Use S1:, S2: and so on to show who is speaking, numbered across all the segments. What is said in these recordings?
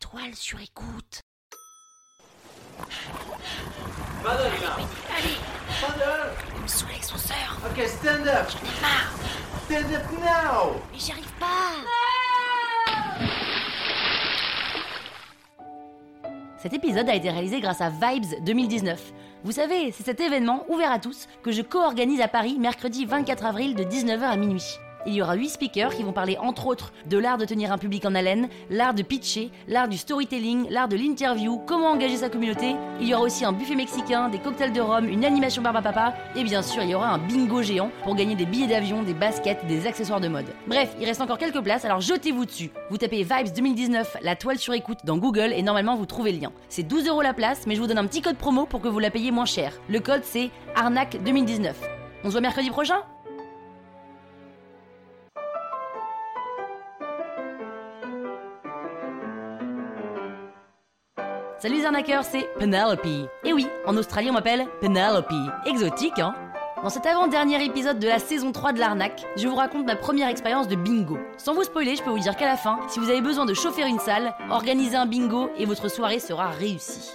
S1: Poil sur écoute.
S2: Paddle là
S1: Allez,
S2: Paddle
S1: il me saoule avec son sœur.
S2: Ok, stand up
S1: J'en ai marre.
S2: Stand up now
S1: Mais j'y arrive pas.
S3: Cet épisode a été réalisé grâce à Vibes 2019. Vous savez, c'est cet événement ouvert à tous que je co-organise à Paris mercredi 24 avril de 19h à minuit. Il y aura 8 speakers qui vont parler entre autres de l'art de tenir un public en haleine, l'art de pitcher, l'art du storytelling, l'art de l'interview, comment engager sa communauté. Il y aura aussi un buffet mexicain, des cocktails de rhum, une animation barbe à papa et bien sûr il y aura un bingo géant pour gagner des billets d'avion, des baskets, des accessoires de mode. Bref, il reste encore quelques places alors jetez-vous dessus. Vous tapez Vibes 2019, la toile sur écoute dans Google et normalement vous trouvez le lien. C'est 12 euros la place mais je vous donne un petit code promo pour que vous la payiez moins cher. Le code c'est arnaque 2019. On se voit mercredi prochain Salut les arnaqueurs, c'est Penelope. Et oui, en Australie, on m'appelle Penelope. Exotique, hein Dans cet avant-dernier épisode de la saison 3 de l'arnaque, je vous raconte ma première expérience de bingo. Sans vous spoiler, je peux vous dire qu'à la fin, si vous avez besoin de chauffer une salle, organisez un bingo et votre soirée sera réussie.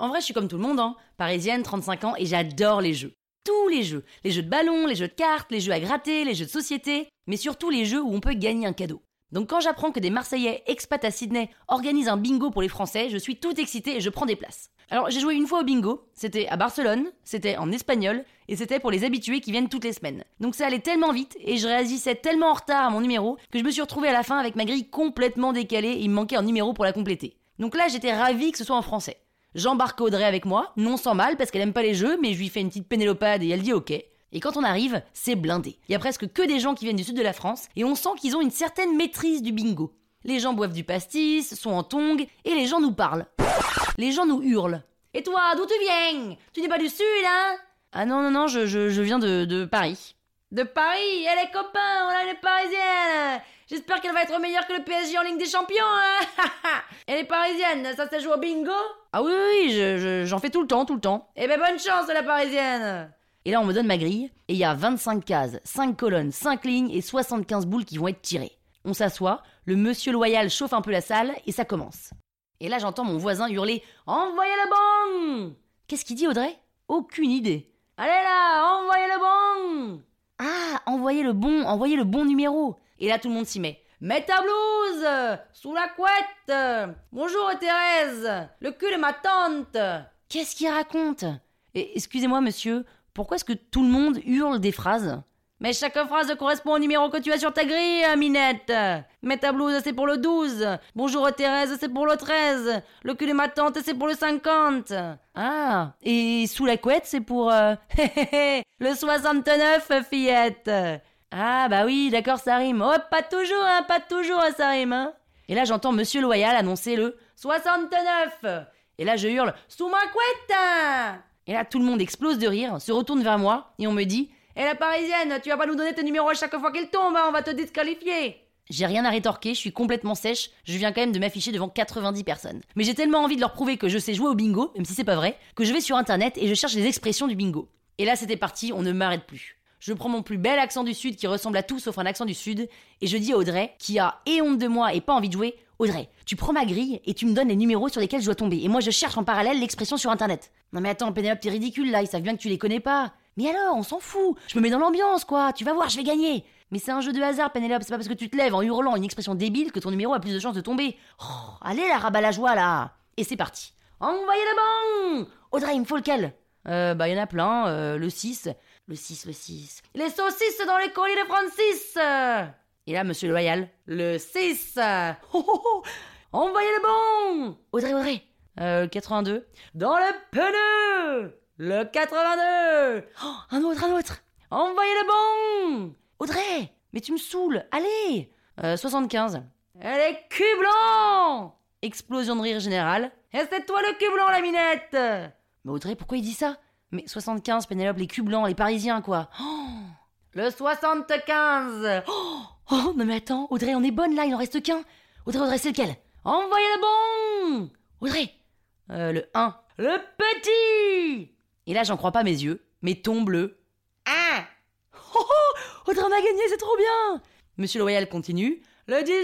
S3: En vrai, je suis comme tout le monde, hein. Parisienne, 35 ans, et j'adore les jeux. Tous les jeux. Les jeux de ballon, les jeux de cartes, les jeux à gratter, les jeux de société, mais surtout les jeux où on peut gagner un cadeau. Donc quand j'apprends que des Marseillais expats à Sydney organisent un bingo pour les Français, je suis tout excitée et je prends des places. Alors j'ai joué une fois au bingo, c'était à Barcelone, c'était en espagnol, et c'était pour les habitués qui viennent toutes les semaines. Donc ça allait tellement vite, et je réagissais tellement en retard à mon numéro, que je me suis retrouvée à la fin avec ma grille complètement décalée, et il me manquait un numéro pour la compléter. Donc là j'étais ravie que ce soit en français. J'embarque Audrey avec moi, non sans mal parce qu'elle aime pas les jeux, mais je lui fais une petite pénélopade et elle dit ok. Et quand on arrive, c'est blindé. Il y a presque que des gens qui viennent du sud de la France et on sent qu'ils ont une certaine maîtrise du bingo. Les gens boivent du pastis, sont en tongs et les gens nous parlent. Les gens nous hurlent. Et toi, d'où tu viens Tu n'es pas du sud, hein Ah non, non, non, je, je, je viens de, de Paris. De Paris Elle est copain, on a une parisienne J'espère qu'elle va être meilleure que le PSG en Ligue des Champions, hein Elle est parisienne, ça se joue au bingo Ah oui, oui, oui, je- je- j'en fais tout le temps, tout le temps. Eh ben bonne chance, la parisienne Et là, on me donne ma grille, et il y a 25 cases, 5 colonnes, 5 lignes et 75 boules qui vont être tirées. On s'assoit, le monsieur loyal chauffe un peu la salle, et ça commence. Et là, j'entends mon voisin hurler « Envoyez le bon !» Qu'est-ce qu'il dit, Audrey Aucune idée. « Allez là, envoyez le bon !» Ah, envoyez le bon, envoyez le bon numéro. Et là, tout le monde s'y met. Mets ta blouse euh, sous la couette. euh, Bonjour Thérèse, le cul de ma tante. Qu'est-ce qu'il raconte Et excusez-moi monsieur, pourquoi est-ce que tout le monde hurle des phrases Mais chaque phrase correspond au numéro que tu as sur ta grille, euh, Minette. Mets ta blouse, c'est pour le 12. Bonjour Thérèse, c'est pour le 13. Le cul de ma tante, c'est pour le 50. Ah, et sous la couette, c'est pour euh, le 69, fillette. Ah bah oui, d'accord, ça rime. Oh, pas toujours, hein, pas toujours, hein, ça rime. Hein. Et là, j'entends Monsieur Loyal annoncer le 69. Et là, je hurle sous ma couette. hein. Et là, tout le monde explose de rire, se retourne vers moi et on me dit Et la parisienne, tu vas pas nous donner tes numéros à chaque fois qu'il tombe, hein, on va te disqualifier. J'ai rien à rétorquer, je suis complètement sèche, je viens quand même de m'afficher devant 90 personnes. Mais j'ai tellement envie de leur prouver que je sais jouer au bingo, même si c'est pas vrai, que je vais sur internet et je cherche les expressions du bingo. Et là c'était parti, on ne m'arrête plus. Je prends mon plus bel accent du sud qui ressemble à tout sauf un accent du sud, et je dis à Audrey, qui a et honte de moi et pas envie de jouer, Audrey, tu prends ma grille et tu me donnes les numéros sur lesquels je dois tomber, et moi je cherche en parallèle l'expression sur internet. Non mais attends, Pénélope, t'es ridicule là, ils savent bien que tu les connais pas. Mais alors, on s'en fout, je me mets dans l'ambiance quoi, tu vas voir, je vais gagner. Mais c'est un jeu de hasard, Pénélope, c'est pas parce que tu te lèves en hurlant une expression débile que ton numéro a plus de chances de tomber. Oh, allez la rabat la joie là Et c'est parti. Envoyez le bon Audrey, il me faut lequel Euh, bah y en a plein, euh, le 6. Le 6, le 6. Les saucisses dans les colis de Francis euh. Et là, monsieur Loyal, le 6 euh. Oh, oh, oh. Envoyez le bon Audrey, Audrey euh, le 82. Dans le pneu Le 82 Oh, Un autre, un autre Envoyez le bon Audrey Mais tu me saoules Allez euh, 75. Elle est cul blanc Explosion de rire générale. Et c'est toi le cul blanc, la minette Mais Audrey, pourquoi il dit ça Mais 75, Pénélope, les culs blancs, les parisiens, quoi Oh Le 75 oh, oh, non mais attends, Audrey, on est bonne là, il en reste qu'un Audrey, Audrey, c'est lequel Envoyez le bon Audrey euh, Le 1. Le petit Et là, j'en crois pas mes yeux, mais tombe le 1 Oh, oh Audrey, on a gagné, c'est trop bien Monsieur Loyal continue. Le 18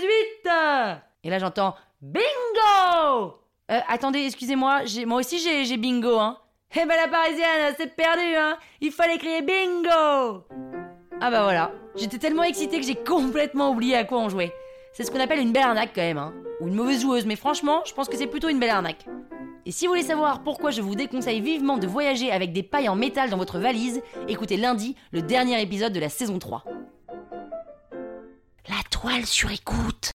S3: Et là, j'entends Bingo Euh, Attendez, excusez-moi, j'ai- moi aussi j'ai j'ai bingo, hein. Eh ben la parisienne, c'est perdu, hein Il fallait crier bingo Ah bah voilà, j'étais tellement excitée que j'ai complètement oublié à quoi on jouait. C'est ce qu'on appelle une belle arnaque quand même, hein. Ou une mauvaise joueuse, mais franchement, je pense que c'est plutôt une belle arnaque. Et si vous voulez savoir pourquoi je vous déconseille vivement de voyager avec des pailles en métal dans votre valise, écoutez lundi le dernier épisode de la saison 3.
S1: La toile sur écoute.